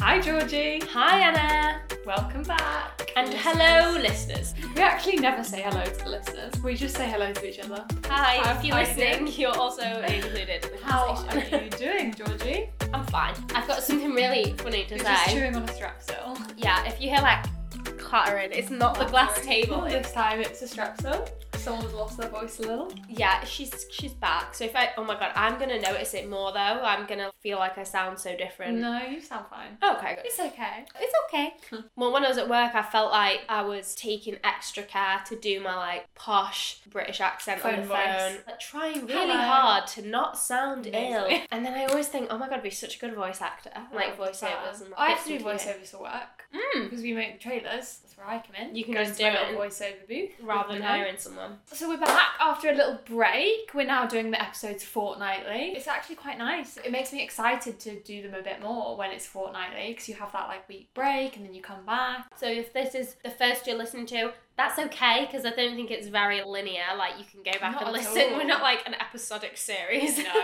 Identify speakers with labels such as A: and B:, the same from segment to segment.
A: Hi, Georgie.
B: Hi, Anna.
A: Welcome back.
B: And hello, listeners.
A: We actually never say hello to the listeners. We just say hello to each other.
B: Hi,
A: Hi,
B: if you're
A: hi
B: listening,
A: again.
B: you're also included. in the
A: How are
B: conversation.
A: you doing, Georgie?
B: I'm fine. I've got something really funny to say.
A: You're just chewing on a strepsil.
B: Yeah, if you hear like clattering, it's not the glass table. It's,
A: This time it's a strepsil. Someone's lost their voice a little.
B: yeah, she's she's back. So if I, oh my god, I'm gonna notice it more though. I'm gonna feel like I sound so different.
A: No, you sound fine.
B: Okay, good.
A: It's okay.
B: It's okay. well, when I was at work, I felt like I was taking extra care to do my like posh British accent on
A: Phone
B: the
A: voice.
B: phone, like, trying really
A: Hello.
B: hard to not sound
A: Amazing. Oh,
B: ill. And then I always think, oh my god, I'd be such a good voice actor, like voiceovers. And, like,
A: I have to
B: bits
A: do
B: and pieces.
A: voiceovers for work
B: Mm,
A: because we make trailers. That's where I come in.
B: You can
A: Go
B: just
A: into my
B: do it
A: little voiceover booth
B: rather
A: with
B: than
A: my notes.
B: hiring someone.
A: So we're back after a little break. We're now doing the episodes fortnightly. It's actually quite nice. It makes me excited to do them a bit more when it's fortnightly because you have that like week break and then you come back.
B: So if this is the first you're listening to, that's okay because I don't think it's very linear. Like you can go back
A: Not
B: and
A: at
B: listen.
A: all.
B: We're not like an episodic series.
A: No,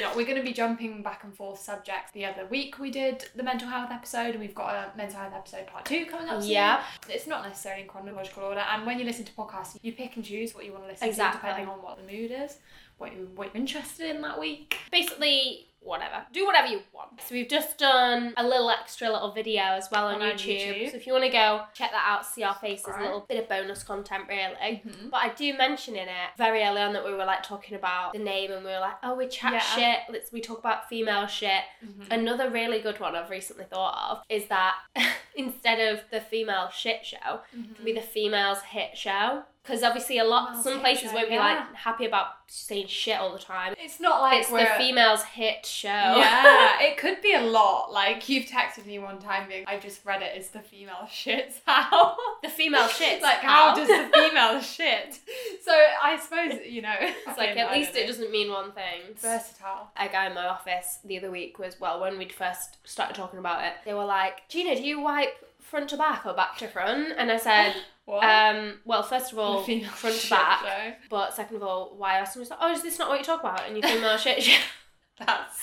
A: not. We're going to be jumping back and forth subjects. The other week we did the mental health episode and we've got a mental health episode part two coming up soon.
B: Yeah,
A: It's not necessarily in chronological order. And when you listen to podcasts, you pick and choose what you want to listen
B: Exactly.
A: to depending on what the mood is, what, you, what you're interested in that week.
B: basically whatever. Do whatever you want. So we've just done a little extra little video as well on,
A: On our
B: YouTube.
A: YouTube.
B: So if you want to go check that out, see our faces,
A: Right.
B: a little bit of bonus content really.
A: Mhm.
B: But I do mention in it very early on that we were like talking about the name and we were like, oh, we chat
A: Yeah.
B: shit. Let's we talk about female shit.
A: Mm-hmm.
B: Another really good one I've recently thought of is that instead of the female shit show, it
A: Mm-hmm.
B: could be the females hit show. Because obviously, a lot,
A: Females
B: some
A: hit
B: places
A: show,
B: won't be
A: yeah.
B: like happy about saying shit all the time.
A: It's not like
B: it's the
A: we're
B: females hit show.
A: Yeah, it could be a lot. Like you've texted me one time being, I just read it as the female shits how.
B: the female shit.
A: like how does the female shit? So I suppose you know.
B: It's like at least it doesn't mean one thing.
A: versatile.
B: a guy in my office the other week was well when we'd first started talking about it they were like gina do you wipe front to back or back to front and i said
A: What?
B: um well first of
A: The
B: all
A: female
B: front to
A: shit
B: back
A: show.
B: but second of all why else and was like oh is this not what you talk about and you female shit show.
A: That's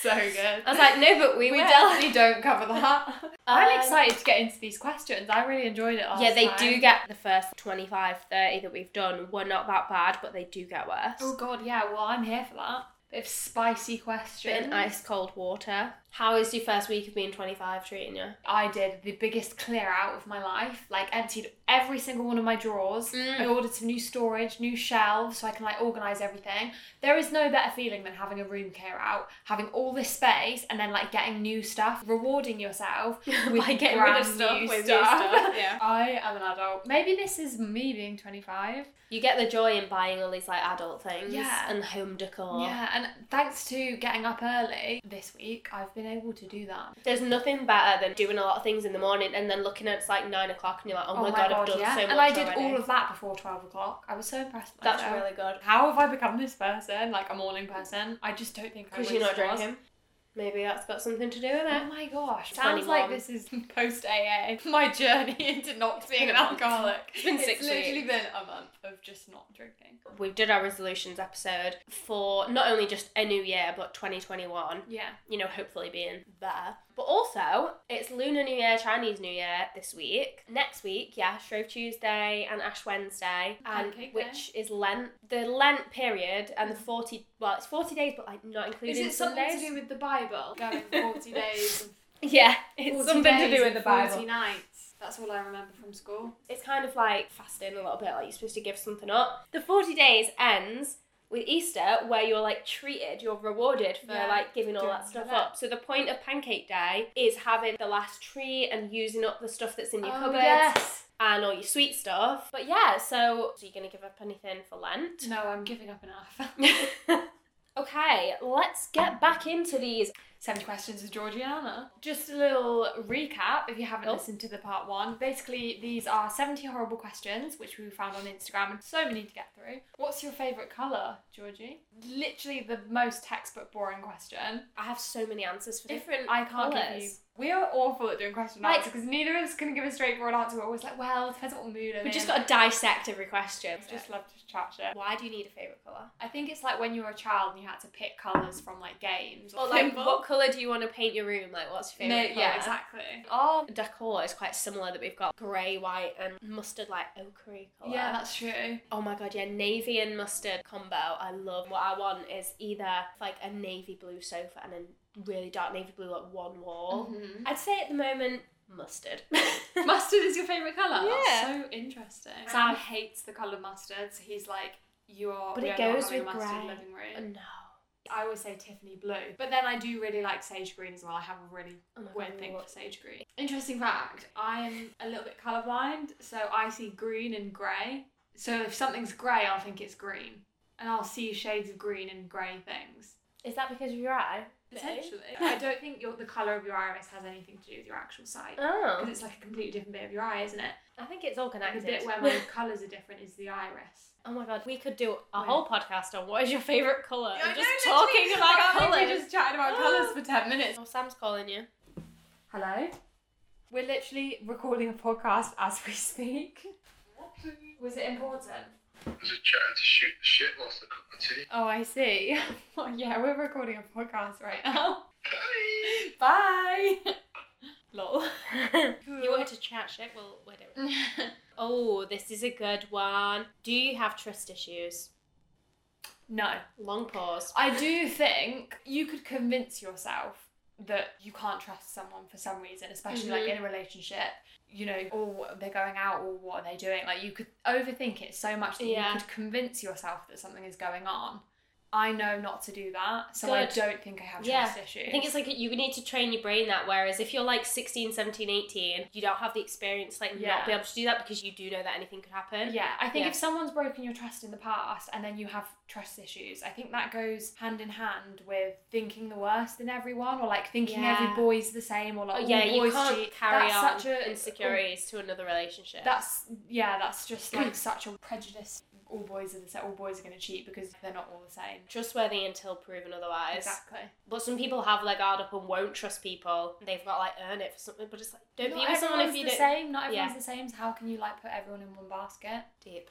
A: so good.
B: i was like no but we,
A: we
B: will."
A: definitely don't cover that. I'm
B: Um,
A: excited to get into these questions. I really enjoyed it. Last
B: yeah they
A: time.
B: do get the first 25 30 that we've done were not that bad but they do get worse
A: Oh god, yeah. Well, I'm here for that. Bit of spicy
B: Bit
A: questions.
B: in ice cold water. How is your first week of being 25 treating you?
A: I did the biggest clear out of my life. Like emptied every single one of my drawers.
B: Mm.
A: I ordered some new storage, new shelves, so I can like organize everything. There is no better feeling than having a room clear out, having all this space, and then like getting new stuff, rewarding yourself with
B: By getting rid
A: brand
B: of stuff
A: new
B: with new
A: stuff.
B: stuff, yeah.
A: I am an adult. Maybe this is me being twenty five.
B: You get the joy in buying all these like adult things
A: Yeah.
B: and home decor.
A: Yeah, and thanks to getting up early this week, I've been able to do that.
B: There's nothing better than doing a lot of things in the morning and then looking at it's like nine o'clock and you're like, oh, my, god, I've done
A: yeah.
B: so much.
A: And I did
B: already.
A: all of that before twelve o'clock. I was so impressed. With
B: That's
A: myself.
B: really good.
A: How have I become this person? Like a morning person? I just don't think I
B: Because you're not
A: was.
B: drinking. Maybe that's got something to do with
A: Oh
B: it.
A: my
B: 21.
A: gosh. Sounds like this is post AA. My journey into not being
B: been
A: an
B: a month.
A: alcoholic. It's
B: been six
A: literally been a month of just not drinking.
B: We did our resolutions episode for not only just a new year, but 2021,
A: Yeah.
B: you know, hopefully being there. But also, it's Lunar New Year, Chinese New Year this week. Next week, yeah, Shrove Tuesday and Ash Wednesday, and
A: Pancake Day. Mm.
B: which is Lent, the Lent period, and the 40, well, it's 40 days, but like not including
A: Is it something
B: Sundays.
A: to do with the Bible? Going 40 days.
B: Yeah, it's
A: 40
B: something to
A: days
B: do with the
A: and
B: Bible.
A: 40 nights. That's all I remember from school.
B: It's kind of like fasting a little bit, like you're supposed to give something up. The 40 days ends with Easter, where you're like treated, you're rewarded for
A: Yeah,
B: like giving all
A: doing
B: that stuff
A: all that.
B: up. So the point of Pancake Day is having the last treat and using up the stuff that's in your
A: Oh,
B: cupboards
A: yes.
B: and all your sweet stuff. But yeah, so, so you're going to give up anything for Lent?
A: No, I'm giving up enough.
B: okay, let's get back into these.
A: Seven questions with Georgie and Anna. Just a little recap if you haven't
B: Oh.
A: listened to the part one. Basically, these are 70 horrible questions which we found on Instagram and so many to get through. What's your favourite colour, Georgie? Literally the most textbook boring question.
B: I have so many answers for different
A: I can't give you.
B: colours.
A: We are awful at doing question and
B: Like-
A: answer because neither of us can give a straightforward answer. We're always like, well, it depends what mood I'm
B: We've just
A: in.
B: got to dissect every question.
A: I just love to chat shit.
B: Why do you need a favourite colour?
A: I think it's like when you were a child and you had to pick pick colours from like games
B: Or like, what colour do you want to paint your room? Like, what's your
A: No,
B: favourite colour?
A: yeah, exactly.
B: Our decor is quite similar that we've got grey, white, and mustard, like ochre colour.
A: Yeah, that's true.
B: Oh my god, yeah, navy and mustard combo. I love. What I want is either like a navy blue sofa and a really dark navy blue, like one wall.
A: Mhm.
B: I'd say at the moment, mustard.
A: Mustard is your favourite colour?
B: Yeah.
A: That's so interesting. Sam hates the colour mustard, so he's like, you are,
B: But
A: we
B: it
A: are not
B: goes
A: having
B: with
A: a mustard
B: grey.
A: living room.
B: no.
A: I always say Tiffany blue, but then I do really like sage green as well. I have a really
B: Oh my
A: weird
B: God.
A: thing for sage green. Interesting fact I'm a little bit colourblind, so I see green and grey. So if something's grey, I'll think it's green. And I'll see shades of green and grey things.
B: Is that because of your eye?
A: Essentially. I don't think your, the colour of your iris has anything to do with your actual sight.
B: Oh.
A: Because it's like a completely different bit of your eye, isn't it?
B: I think it's all
A: And
B: connected.
A: the bit where my colours are different is the iris.
B: oh my god, we could do a
A: Wait.
B: whole podcast on what is your favourite colour
A: I'm
B: and just talking about colours.
A: We just chatted about colours
B: colours
A: for 10 minutes.
B: Oh, Sam's calling you.
A: Hello? We're literally recording a podcast as we speak. Was it important?
C: just chatting to shoot the shit whilst I cut my teeth.
A: Oh, I see. Well, yeah, we're recording a podcast right now.
C: Hey!
A: Bye! Lol.
B: you wanted to chat shit? Well, we're doing it. Oh, this is a good one. Do you have trust issues?
A: no.
B: Long pause.
A: I do think you could convince yourself that you can't trust someone for some reason, especially like
B: Mhm.
A: in a relationship. You know, or they're going out, or what are they doing? Like you could overthink it so much that
B: Yeah.
A: you could convince yourself that something is going on. I know not to do that, so I
B: Good.
A: don't think I have
B: Yeah.
A: trust issues.
B: I think it's like you need to train your brain that. Whereas if you're like 16, 17, 18, you don't have the experience, like,
A: Yeah.
B: not be able to do that because you do know that anything could happen.
A: yeah, I think
B: Yeah.
A: if someone's broken your trust in the past and then you have trust issues, I think that goes hand in hand with thinking the worst in everyone or like thinking
B: Yeah.
A: every boy's the same or
B: Oh,
A: like,
B: yeah,
A: all
B: you
A: boys
B: can't
A: cheat.
B: carry
A: That's
B: on
A: such a- oh,
B: insecurities to another relationship.
A: That's yeah, that's just like such a prejudice. All boys are the same. All boys are going to cheat because they're not all the same.
B: trustworthy until proven otherwise.
A: Exactly.
B: But some people have their guard up and won't trust people. They've got like earn it for something. But it's like don't be with someone if you
A: the
B: don't.
A: same. Not everyone's
B: Yeah.
A: the same. So how can you like put everyone in one basket?
B: Deep.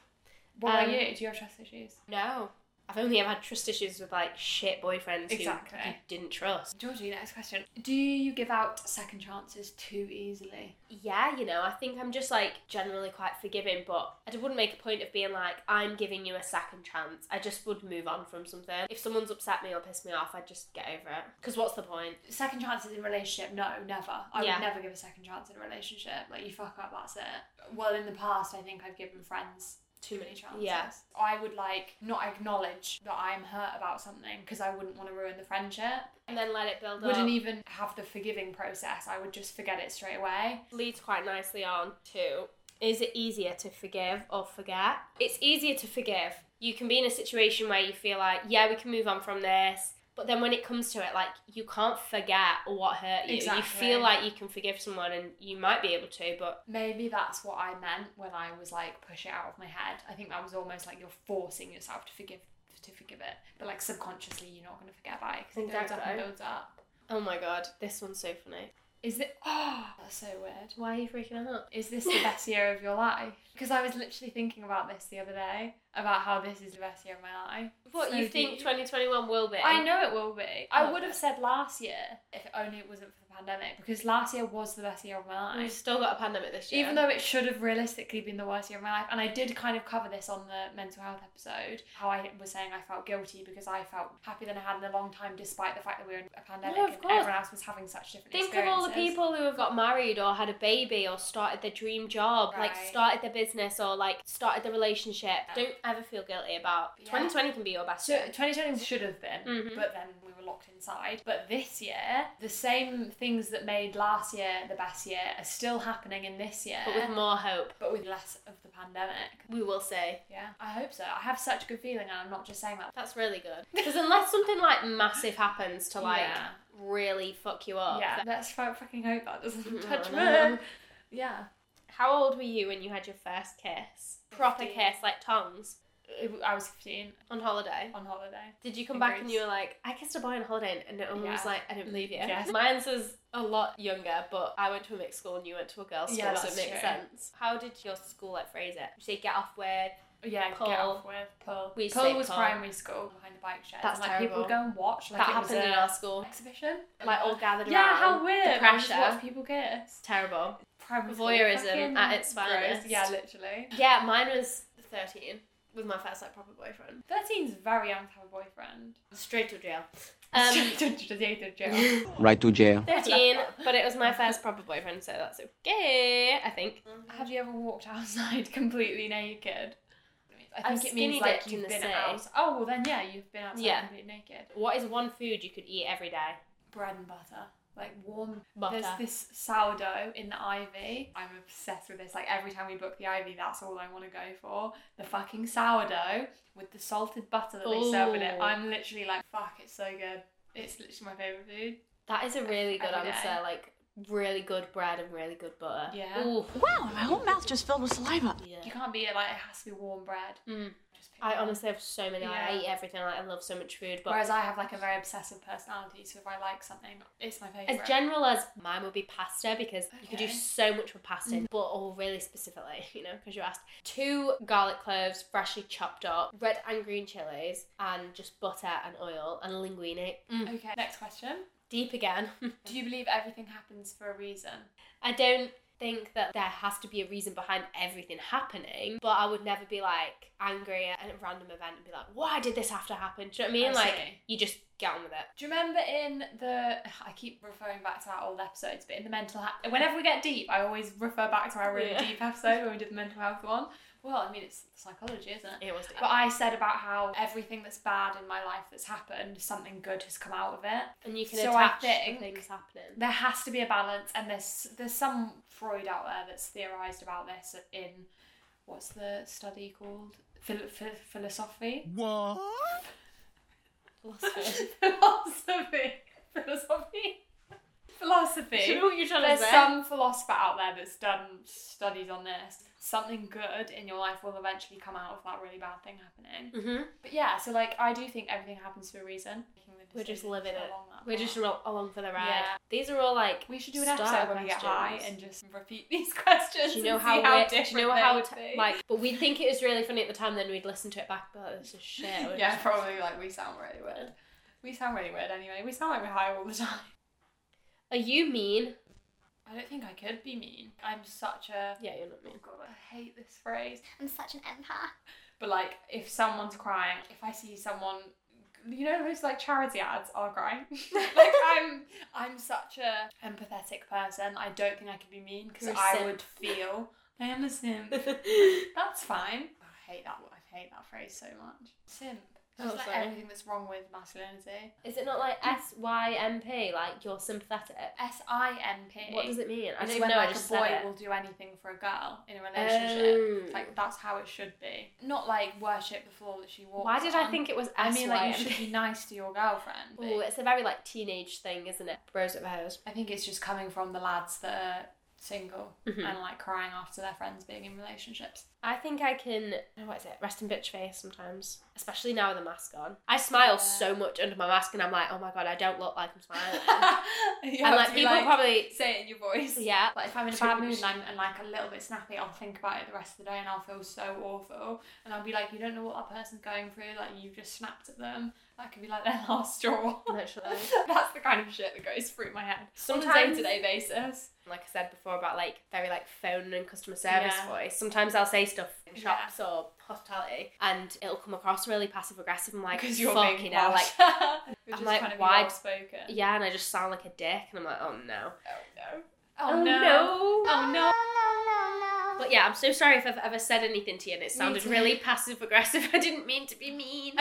A: What
B: Um,
A: about you? Do you have trust issues?
B: No, I've only ever had trust issues with like shit boyfriends
A: Exactly.
B: who you didn't trust.
A: Georgie, next question. Do you give out second chances too easily?
B: Yeah, you know, I think I'm just like generally quite forgiving, but I wouldn't make a point of being like, I'm giving you a second chance. I just would move on from something. If someone's upset me or pissed me off, I'd just get over it. Because what's the point?
A: Second chances in a relationship? No, never. I
B: Yeah.
A: would never give a second chance in a relationship. Like you fuck up, that's it. Well, in the past, I think I've given friends too many chances.
B: Yeah.
A: I would like not acknowledge that I'm hurt about something because I wouldn't want to ruin the friendship.
B: And then let it build up.
A: Wouldn't even have the forgiving process. I would just forget it straight away.
B: leads quite nicely on to is it easier to forgive or forget? It's easier to forgive. You can be in a situation where you feel like, yeah, we can move on from this. But then when it comes to it, like you can't forget what hurt you. You
A: Exactly.
B: feel like you can forgive someone and you might be able to, but
A: Maybe that's what I meant when I was like push it out of my head. I think that was almost like you're forcing yourself to forgive to forgive it, but like subconsciously you're not going to forget about it because it builds up and
B: Exactly.
A: builds up.
B: oh my god, this one's so funny.
A: Is it? Oh, that's so weird.
B: Why are you freaking out?
A: Is this the best year of your life? Because I was literally thinking about this the other day about how this is the best year of my life.
B: What
A: So
B: you think
A: deep.
B: 2021 will be?
A: I know it will be. I
B: Oh,
A: would have
B: good.
A: said last year if only it wasn't for the pandemic because last year was the best year of my
B: We've
A: life.
B: still got a pandemic this year.
A: Even though it should have realistically been the worst year of my life, and I did kind of cover this on the mental health episode, how I was saying I felt guilty because I felt happier than I had in a long time, despite the fact that we were in a pandemic
B: No, of
A: and
B: course.
A: everyone else was having such different
B: Think of all the
A: experiences.
B: people who have got married or had a baby or started their dream job, like
A: Right.
B: started their business or like started their relationship. Don't ever feel guilty about.
A: Yeah.
B: 2020 can be your best
A: So mm-hmm.
B: year.
A: 2020 should have been,
B: Mhm.
A: but then we were locked inside. But this year, the same things that made last year the best year are still happening in this year,
B: But with more hope,
A: but with less of the pandemic.
B: we will say.
A: Yeah, I hope so. I have such a good feeling, and I'm not just saying that.
B: That's really good. Because unless something like massive happens to like
A: Yeah.
B: really fuck you up.
A: yeah, let's fu- fucking hope that doesn't
B: Mm, I
A: touch
B: know.
A: me. Yeah,
B: How old were you when you had your first kiss? Proper
A: Fifteen.
B: kiss, like tongues,
A: It- I was 15
B: on holiday.
A: on holiday.
B: Did you come
A: In
B: back and
A: Greece.
B: you were like, I kissed a boy on holiday, and everyone was
A: Yeah.
B: like, I don't believe you.
A: Yes.
B: Mine's was a lot younger, but I went to a mixed school and you went to a girls' school,
A: Yeah,
B: so it
A: that's
B: makes
A: true.
B: sense. How did your school like phrase it? Did you say get off with,
A: Yeah, get
B: Paul.
A: off with Paul.
B: We say
A: Paul was
B: Paul.
A: primary school behind the bike shed.
B: That's
A: and, like people
B: terrible.
A: would go and watch. Like
B: that
A: it was
B: happened in
A: a
B: our school.
A: exhibition.
B: Like all gathered
A: yeah,
B: around.
A: how weird.
B: The
A: I just
B: pressure.
A: watch people kiss.
B: Terrible.
A: Primary
B: Voyeurism
A: fucking
B: at its
A: gross.
B: finest.
A: Yeah, literally.
B: Yeah, mine was 13 with my first like proper boyfriend.
A: Thirteen's very young to have a boyfriend.
B: Straight to jail. Um,
A: Straight to the jail.
D: Right to jail.
B: 13, but it was my first proper boyfriend, so that's okay, I think.
A: Have you ever walked outside completely naked? I
B: I've
A: think it means
B: skinny
A: like
B: dipped in
A: you've
B: the
A: been
B: sea.
A: out. Oh well, then yeah, you've been outside
B: Yeah.
A: completely naked.
B: What is one food you could eat every day?
A: Bread and butter, like warm.
B: Butter.
A: There's this sourdough in the Ivy. I'm obsessed with this. Like every time we book the Ivy, that's all I want to go for. The fucking sourdough with the salted butter that they serve in it.
B: Ooh.
A: I'm literally like, fuck, it's so good. It's literally my favorite food.
B: That is a really good
A: Every
B: answer.
A: day.
B: Like really good bread and really good butter.
A: Yeah.
B: Ooh.
E: Wow, my whole mouth just filled with saliva.
A: You
B: Yeah.
A: can't be like it has to be warm bread.
B: Mm.
A: Just pick
B: I
A: one.
B: honestly have so many. like, I
A: Yeah.
B: eat everything. Like, I love so much food, but
A: Whereas I have like a very obsessive personality, so if I like something, it's my favorite.
B: as general as mine would be pasta because you could do
A: Okay. Mm-hmm.
B: so much with pasta, but all really specifically, you know, because you asked two garlic cloves freshly chopped up, red and green chilies, and just butter and oil and linguine. Mm.
A: okay. Next question.
B: Deep again.
A: Do you believe everything happens for a reason?
B: I don't think that there has to be a reason behind everything happening, but I would never be like angry at a random event and be like, why did this have to happen? Do you know what I mean?
A: I
B: like,
A: see.
B: you just get on with it.
A: Do you remember in the I keep referring back to our old episodes, but in the mental health whenever we get deep, I always refer back to our really
B: Yeah.
A: deep episode when we did the mental health one. Well, I mean it's psychology, isn't it?
B: It was
A: But I said about how everything that's bad in my life that's happened, something good has come out of it.
B: And you can
A: so I
B: attach
A: think-
B: the things happening.
A: there has to be a balance and there's there's some freud out there that's theorized about this in what's the study called Phil- ph- philosophy
B: Philosophy.
A: philosophy philosophy philosophy
B: what you're trying
A: there's some philosopher out there that's done studies on this something good in your life will eventually come out of that really bad thing happening
B: hmm
A: but yeah so like i do think everything happens for a reason Making the
B: We're just
A: decisions
B: living it.
A: along that
B: We're just
A: path.
B: ro- along for the ride.
A: Yeah.
B: These are all like
A: We should do an
B: star
A: episode when we get high
B: questions.
A: and just repeat these questions.
B: do you know
A: and
B: how,
A: see how
B: we're- do you know
A: different
B: how
A: they would
B: t-
A: be.
B: like but we think it was really funny at the time then we'd listen to it back but like, this is shit We're
A: yeah,
B: just-
A: probably like we sound really weird. We sound really weird anyway. We sound like we're high all the time.
B: are you mean
A: I don't think I could be mean. I'm such a
B: yeah you're not mean
A: oh god, I hate this phrase.
F: I'm such an empath.
A: But like, if someone's crying, if I see someone, you know, those like charity ads are crying. like I'm, I'm such a empathetic person. I don't think I could be mean because
B: You're a
A: I
B: simp.
A: would feel I am a simp. That's fine. I hate that. word- I hate that phrase so much. Simp. It's
B: Oh,
A: just like
B: sorry.
A: everything that's wrong with masculinity.
B: Is it not like S Y M P? Like you're sympathetic.
A: S I M P.
B: What does it mean? I
A: It's
B: don't even
A: when
B: know. I
A: like
B: just
A: a boy
B: said it. Oh.
A: will do anything for a girl in a relationship. Like that's how it should be. Not like worship the floor that she walks.
B: Why did I
A: on.
B: think it was
A: I
B: S
A: mean,
B: Y
A: like you
B: M
A: should
B: P?
A: be nice to your girlfriend. but
B: Oh, it's a very like teenage thing, isn't it? Bros at hers.
A: I think it's just coming from the lads that are single
B: Mhm.
A: and like crying after their friends being in relationships.
B: I think I can. oh, What is it? Rest in bitch face sometimes, especially now with a mask on. I smile
A: Yeah.
B: so much under my mask, and I'm like, oh my god, I don't look like I'm smiling.
A: You
B: and
A: have
B: like
A: to be,
B: people probably,
A: say it in your voice.
B: yeah.
A: Like if I'm in a bad mood and I'm and like a little bit snappy, I'll think about it the rest of the day and I'll feel so awful. And I'll be like, you don't know what that person's going through. Like you've just snapped at them. That could be like their last straw.
B: Literally.
A: That's the kind of shit that goes through my head on a
B: Sometimes-
A: day-to-day basis.
B: like I said before about like very like phone and customer service
A: Yeah.
B: voice. Sometimes I'll say stuff in shops or hospitality, and it'll come across really passive aggressive. I'm like,
A: Because you're
B: fucking
A: being
B: hell, like.
A: harsh. You're
B: I'm
A: just
B: like,
A: trying to be
B: why-
A: well-spoken.
B: Yeah, and I just sound like a dick, and I'm like, oh no.
A: Oh no. Oh, no.
B: no.
A: Oh no.
B: But yeah, I'm so sorry if I've ever said anything to you and it sounded
A: too.
B: really passive aggressive. I didn't mean to be mean.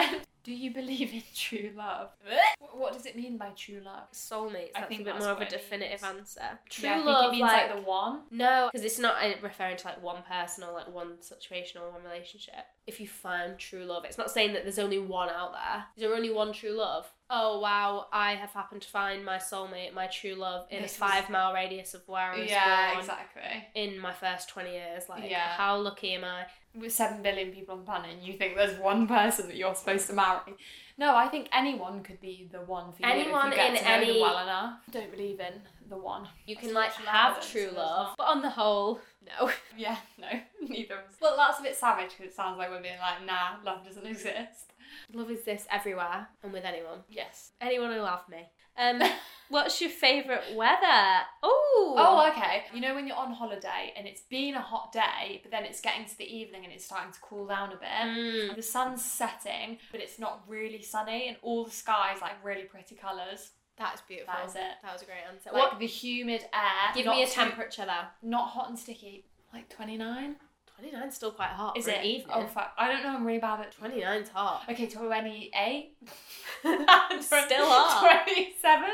A: Do you believe in true love? Wh- what does it mean by true love?
B: Soulmates,
A: I
B: that's
A: think
B: a bit
A: that's
B: more of a
A: what it
B: definitive
A: means.
B: answer. True
A: Yeah, I think
B: love,
A: it means
B: like,
A: like, the one.
B: No, because it's not uh, referring to like one person or like one situation or one relationship. If you find true love, it's not saying that there's only one out there. Is there only one true love? oh wow, I have happened to find my soulmate, my true love, in
A: This
B: a
A: was-
B: five mile radius of where I was
A: yeah,
B: born
A: exactly.
B: in my first 20 years. Like,
A: Yeah.
B: how lucky am I?
A: With seven billion people on the planet, and you think there's one person that you're supposed to marry? No, I think anyone could be the one for you.
B: Anyone
A: if you get
B: in
A: to know them
B: any-
A: well enough. Don't believe in the one.
B: You
A: That's
B: can, like,
A: literally
B: have
A: evidence,
B: true
A: there's
B: love,
A: not.
B: but on the whole, no.
A: Yeah, no, neither of us. Well, that's a bit savage because it sounds like we're being like, nah, love doesn't exist.
B: love is this everywhere and with anyone.
A: Yes.
B: Anyone who love me. Um, what's your favourite weather? Oh,
A: Oh, okay. You know when you're on holiday and it's been a hot day, but then it's getting to the evening and it's starting to cool down a bit.
B: Mm.
A: The sun's setting, but it's not really sunny, and all the sky's like really pretty colours.
B: that's beautiful.
A: That is it.
B: That was a great answer.
A: Like
B: what?
A: the humid air.
B: Give
A: not
B: me a
A: too-
B: temperature though.
A: Not hot and sticky. Like 29?
B: Twenty nine's still quite hot.
A: Is
B: for
A: it?
B: An evening.
A: Oh, fuck. I don't know. I'm really bad at 20.
B: 29's hot.
A: Okay, 28?
B: Still hot.
A: 27?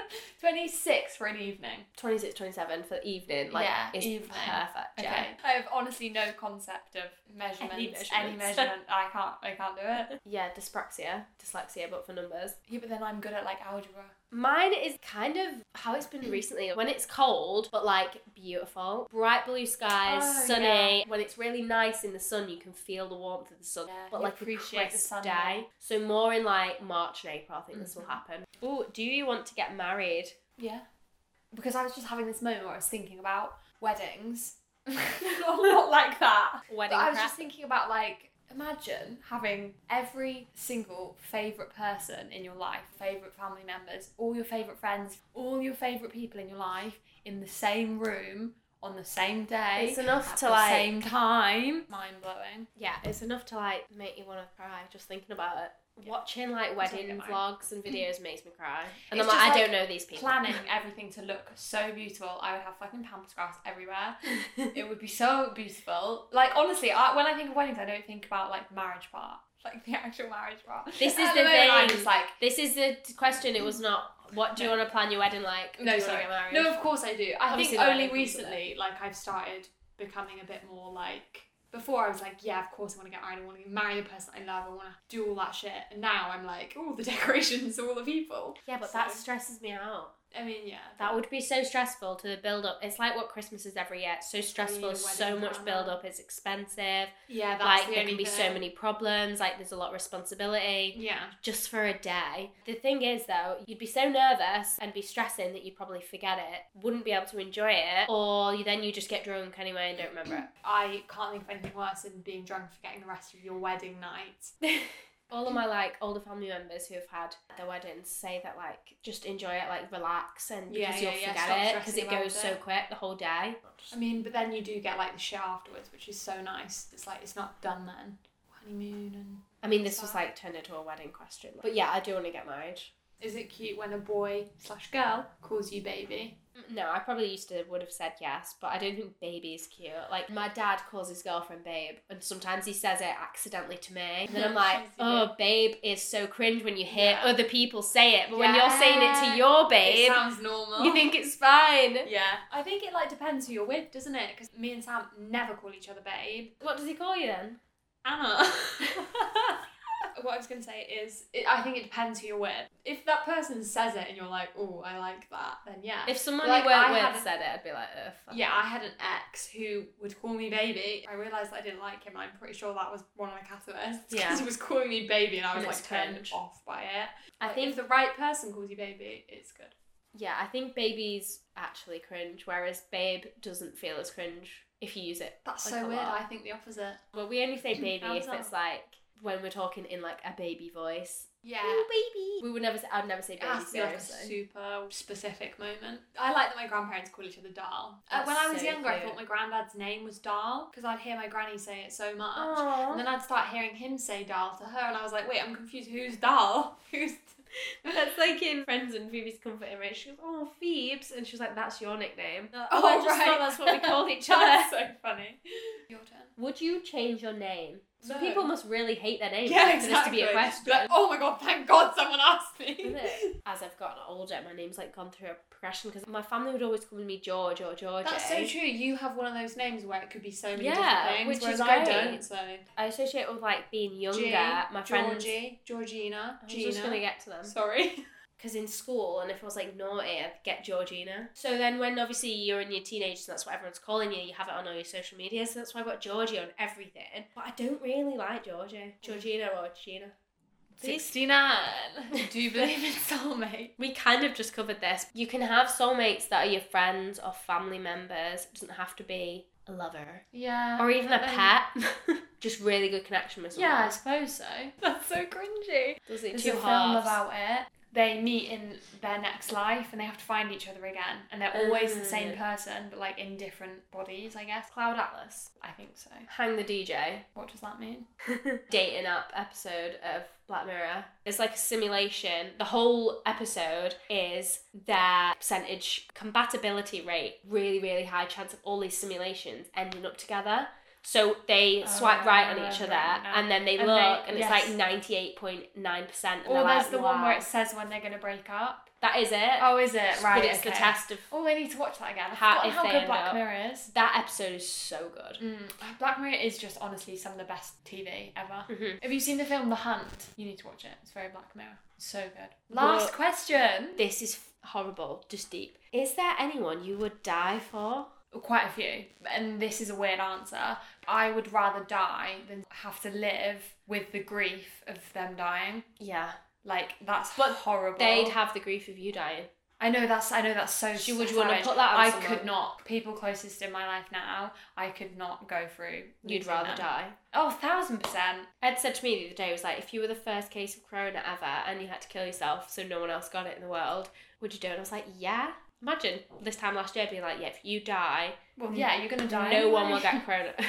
A: 26 for an evening.
B: 26, 27 for the evening. Like,
A: Yeah,
B: is
A: evening.
B: perfect.
A: Okay.
B: Yeah.
A: I have honestly no concept of measurements. Any,
B: measurements.
A: measurement, I can't. I can't do it.
B: Yeah, dyspraxia, dyslexia, but for numbers.
A: Yeah, but then I'm good at like algebra.
B: Mine is kind of how it's been recently. When it's cold, but like beautiful, bright blue skies,
A: Oh,
B: sunny. When it's really nice in the sun, you can feel the warmth of the sun.
A: Yeah,
B: but
A: you
B: like
A: appreciate
B: a
A: the
B: crisp
A: sun
B: day.
A: more.
B: So more in like March and April, I think this will
A: Mhm.
B: happen. Ooh, do you want to get married?
A: Yeah. Because I was just having this moment where I was thinking about weddings. not, not like that. But
B: Wedding
A: I was
B: prep?
A: just thinking about like imagine having every single favorite person in your life, favorite family members, all your favorite friends, all your favorite people in your life in the same room on the same day.
B: It's enough
A: at
B: to,
A: the
B: like-
A: same time. Mind blowing.
B: Yeah, it's enough to like make you want to cry just thinking about it.
A: Yeah.
B: Watching like
A: That's what I
B: wedding
A: get mine.
B: vlogs and videos makes me cry. And
A: It's
B: I'm like,
A: just,
B: I don't
A: like,
B: know these people.
A: Planning everything to look so beautiful. I would have fucking pampas grass everywhere. It would be so beautiful. Like honestly, I, when I think of weddings, I don't think about like the marriage part, like the actual marriage part.
B: This is
A: At
B: the
A: moment, I'm
B: thing.
A: just like,
B: This is the t- question. It was not what do you want to plan your wedding like? do
A: no,
B: you want
A: sorry,
B: to get
A: no.
B: married?
A: Of course I do. I
B: Obviously, the
A: think only
B: wedding comes with
A: recently, like I've started becoming a bit more like. Before I was like, yeah, of course I want to get married. I want to marry the person I love. I want to do all that shit. And now I'm like, oh, the decorations, all the people.
B: Yeah, but
A: So,
B: that stresses me out.
A: I mean, yeah.
B: That would be so stressful to the build up. It's like what Christmas is every year. It's so stressful,
A: need a
B: so
A: wedding
B: much
A: planner.
B: build up. It's expensive.
A: yeah. That's
B: like
A: the
B: there
A: only
B: can be so
A: thing.
B: many problems. Like there's a lot of responsibility
A: Yeah.
B: just for a day. The thing is though, you'd be so nervous and be stressing that you'd probably forget it, wouldn't be able to enjoy it, or you, then you just get drunk anyway and don't remember it.
A: I can't think of anything worse than being drunk for getting the rest of your wedding night.
B: All of my like older family members who have had their weddings say that like just enjoy it, like relax, and
A: Yeah,
B: because
A: yeah,
B: you'll
A: yeah,
B: forget
A: stop
B: it because
A: stressing
B: it goes
A: about
B: so
A: it.
B: quick the whole day.
A: I mean, but then you do get like the show afterwards, which is so nice. It's like it's not done then. Honeymoon and
B: I mean, this was like turned into a wedding question, but yeah, I do want to get married.
A: is it cute when a boy slash girl calls you baby?
B: Mm, No, I probably used to would have said yes, but I don't think baby is cute. Like my dad calls his girlfriend babe, and sometimes he says it accidentally to me. And then I'm like,
A: Cheesy
B: oh, babe is so cringe when you hear
A: Yeah.
B: other people say it, but when you're saying it
A: Yeah.
B: to your babe,
A: sounds normal.
B: you think it's fine.
A: Yeah, I think it like depends who you're with, doesn't it? Because me and Sam never call each other babe.
B: What does he call you then?
A: Anna. what I was gonna say is, it, I think it depends who you're with. If that person says it and you're like, oh, I like that, then yeah.
B: If someone
A: Like,
B: you weren't
A: I
B: with
A: had a-
B: said it, I'd be like, ugh. fuck.
A: Yeah, I had an ex who would call me baby. I realised I didn't like him. and I'm pretty sure that was one of my catalysts.
B: Yeah.
A: Because he was calling me baby and I was
B: And
A: like
B: it's
A: turned
B: cringe.
A: off by it.
B: I
A: Like,
B: think
A: if the right person calls you baby, it's good.
B: yeah, I think baby's actually cringe, whereas babe doesn't feel as cringe if you use it.
A: That's
B: like,
A: so
B: a
A: weird.
B: lot.
A: I think the opposite.
B: Well, we only say baby
A: How's
B: if
A: that?
B: it's like when we're talking in like a baby voice.
A: Yeah.
B: baby. We would never. Say, I'd never say
A: It
B: baby
A: has to be like a
B: seriously.
A: super specific moment. I like that my grandparents call each other Darl. Uh,
B: That's
A: when I was
B: so
A: younger, I
B: cute.
A: thought my granddad's name was Darl because I'd hear my granny say it so much.
B: Aw.
A: And then I'd start hearing him say Darl to her, and I was like, wait, I'm confused. Who's Darl? Who's.
B: That's like in Friends and Phoebe's Comfort Room. She goes, "Oh, Phoebes," and she was like, "That's your nickname." Oh, I just thought that's what we called each other.
A: That's so funny. Your turn.
B: Would you change your name? Some
A: No.
B: people must really hate their name
A: Yeah,
B: for
A: exactly.
B: this to be a question.
A: Like, oh my god, thank God someone asked me.
B: Is it? As I've gotten older, my name's like gone through a progression because my family would always call me George or George.
A: That's so true. You have one of those names where it could be so many
B: Yeah,
A: different things,
B: which
A: whereas
B: is
A: I
B: great.
A: don't. So
B: I associate it with like being younger.
A: G,
B: my friends.
A: Georgie, Georgina,
B: I was
A: Gina.
B: just gonna get to them.
A: Sorry.
B: because in school, and if I was like naughty, I'd get Georgina. So then, when obviously you're in your teenagers, and that's what everyone's calling you, you have it on all your social media, so that's why I got Georgie on everything. But I don't really like Georgie, Georgina or Gina. These-
A: 69. Do you believe in soulmate?
B: We kind of just covered this. You can have soulmates that are your friends or family members. It doesn't have to be a lover
A: Yeah.
B: or even a
A: but then-
B: pet. just really good connection with someone.
A: Um, Yeah, I suppose so. That's so cringy.
B: does it
A: There's
B: too
A: a film
B: hard?
A: about it. They meet in their next life and they have to find each other again. And they're always the same
B: Mm.
A: person, but like in different bodies, I guess. Cloud Atlas? I think so.
B: Hang the DJ.
A: What does that mean?
B: dating app episode of Black Mirror. It's like a simulation. The whole episode is their percentage compatibility rate. Really, really high chance of all these simulations ending up together. So they
A: Oh,
B: swipe
A: right,
B: right on
A: right,
B: each
A: right,
B: other,
A: right.
B: and then they
A: Ah, And they-
B: look, and it's
A: yes.
B: like ninety eight point nine percent.
A: Or there's the one where it says when they're going to break up.
B: that is it.
A: Oh, is it? Right.
B: but it's the
A: okay.
B: test of
A: Oh, I need to watch that again. I've
B: How-
A: forgotten
B: if
A: how
B: they
A: good
B: end
A: Black
B: up.
A: Mirror is.
B: that episode is so good.
A: Mm, Black Mirror is just honestly some of the best TV ever.
B: Mhm.
A: Have you seen the film The Hunt? You need to watch it. It's very Black Mirror. It's so good. Last
B: What-
A: question.
B: This is horrible, just deep. Is there anyone you would die for?
A: Quite a few. And this is a weird answer. I would rather die than have to live with the grief of them dying.
B: Yeah,
A: Like that's
B: But
A: horrible.
B: they'd have the grief of you dying.
A: I know that's I know that's so.
B: So would you
A: savage.
B: wanna put that on
A: I
B: someone?
A: could not. People closest in my life now, I could not go through.
B: You'd
A: losing
B: rather
A: them.
B: die.
A: Oh, thousand percent.
B: Ed said to me the other day, he was like, if you were the first case of corona ever and you had to kill yourself so no one else got it in the world, would you do it? And I was like, yeah. Imagine this time last year being like, yeah, if you die,
A: Well, yeah, you're gonna die.
B: no one
A: anyway.
B: will get corona.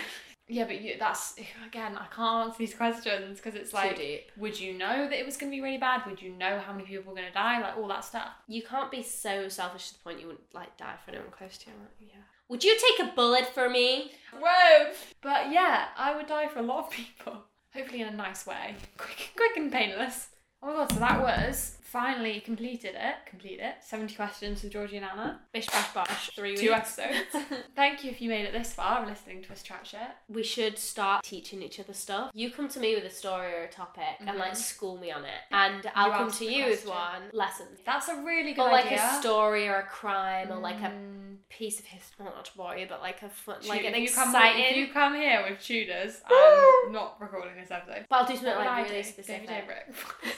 A: Yeah, but you, that's again, I can't answer these questions because it's like,
B: Too deep.
A: would you know that it was going to be really bad? Would you know how many people were going to die? Like all that stuff.
B: You can't be so selfish to the point you wouldn't like die for anyone close to you. I'm like, yeah. Would you take a bullet for me?
A: Whoa! But yeah, I would die for a lot of people. Hopefully in a nice way, quick, quick and painless. Oh my god! So that was finally completed it. Complete it. Seventy questions with Georgie and Anna.
B: Bish bash bosh. Three
A: Two
B: weeks.
A: episodes. Thank you if you made it this far. I'm listening to us chat shit.
B: We should start teaching each other stuff. You come to me with a story or a topic and
A: Mm-hmm.
B: like school me on it, and I'll come
A: ask
B: to
A: the
B: you with one
A: question.
B: lessons.
A: That's a really good
B: or like
A: idea.
B: a story or a crime or like a
A: Mm.
B: piece of history. Well, not to bore you, but like a fun,
A: Shoot,
B: like an
A: if you come- if
B: exciting.
A: you come here with tutors, I'm not recording this episode.
B: But I'll do something
A: What would I
B: like really
A: do?
B: specific.
A: David Dobrik.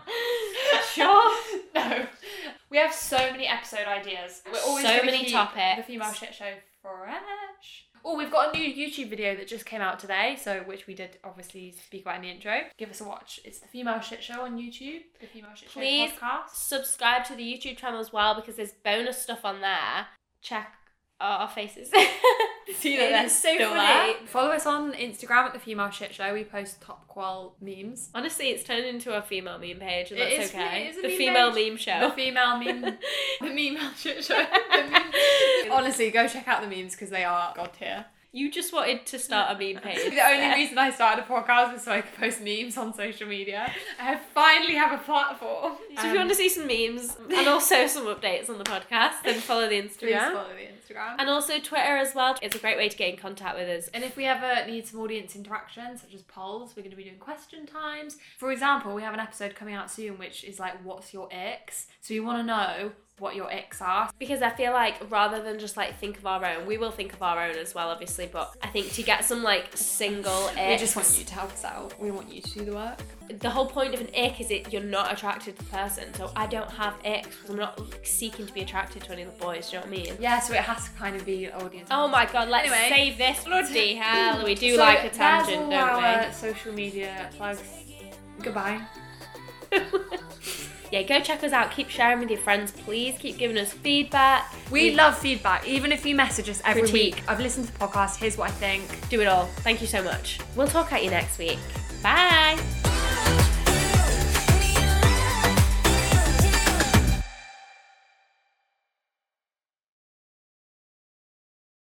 B: sure.
A: no. We have so many episode ideas. We're always
B: So
A: gonna
B: many
A: keep
B: topics.
A: The female shit show fresh. Oh, we've got a new YouTube video that just came out today, so which we did obviously speak about in the intro. Give us a watch. It's the female shit show on YouTube. The female shit
B: Please.
A: show podcast.
B: Subscribe to the YouTube channel as well because there's bonus stuff on there. Check our our faces.
A: See
B: that they're still there.
A: Follow us on Instagram at the female shit show. We post top qual memes.
B: Honestly, it's turned into a female meme page, and
A: It
B: that's
A: is-
B: okay.
A: it is a
B: the
A: meme
B: female
A: page.
B: meme
A: The
B: show.
A: female meme. the meme shit show. The meme- Honestly, go check out the memes because they are god tier.
B: you just wanted to start a meme page.
A: The only
B: Yeah.
A: reason I started a podcast was so I could post memes on social media. I have finally have a platform. Um,
B: So if you want to see some memes and also some updates on the podcast, then follow the
A: please
B: Instagram.
A: follow the Instagram.
B: And also Twitter as well. It's a great way to get in contact with us.
A: And if we ever need some audience interaction, such as polls, we're going to be doing question times. For example, we have an episode coming out soon which is like, What's your icks? So you want to know what your icks are.
B: Because I feel like rather than just like think of our own, we will think of our own as well, obviously. But I think to get some like single ick,
A: We just want you to help us out. We want you to do the work.
B: the whole point of an ick is it you're not attracted to the person. So I don't have icks because I'm not like, seeking to be attracted to any of the boys. Do you know what I mean?
A: Yeah, so it has to kind of be audience.
B: Oh my god, let's
A: Anyway.
B: save this. Bloody hell, we do
A: So
B: like a
A: there's
B: tangent,
A: all
B: don't
A: our uh, Social media plugs. Goodbye.
B: we? yeah, go check us out. Keep sharing with your friends, please. Keep giving us feedback.
A: We love feedback, even if you message us every
B: Critique.
A: week. I've listened to the podcast, here's what I think.
B: do it all. Thank you so much. We'll talk at you next week. Bye.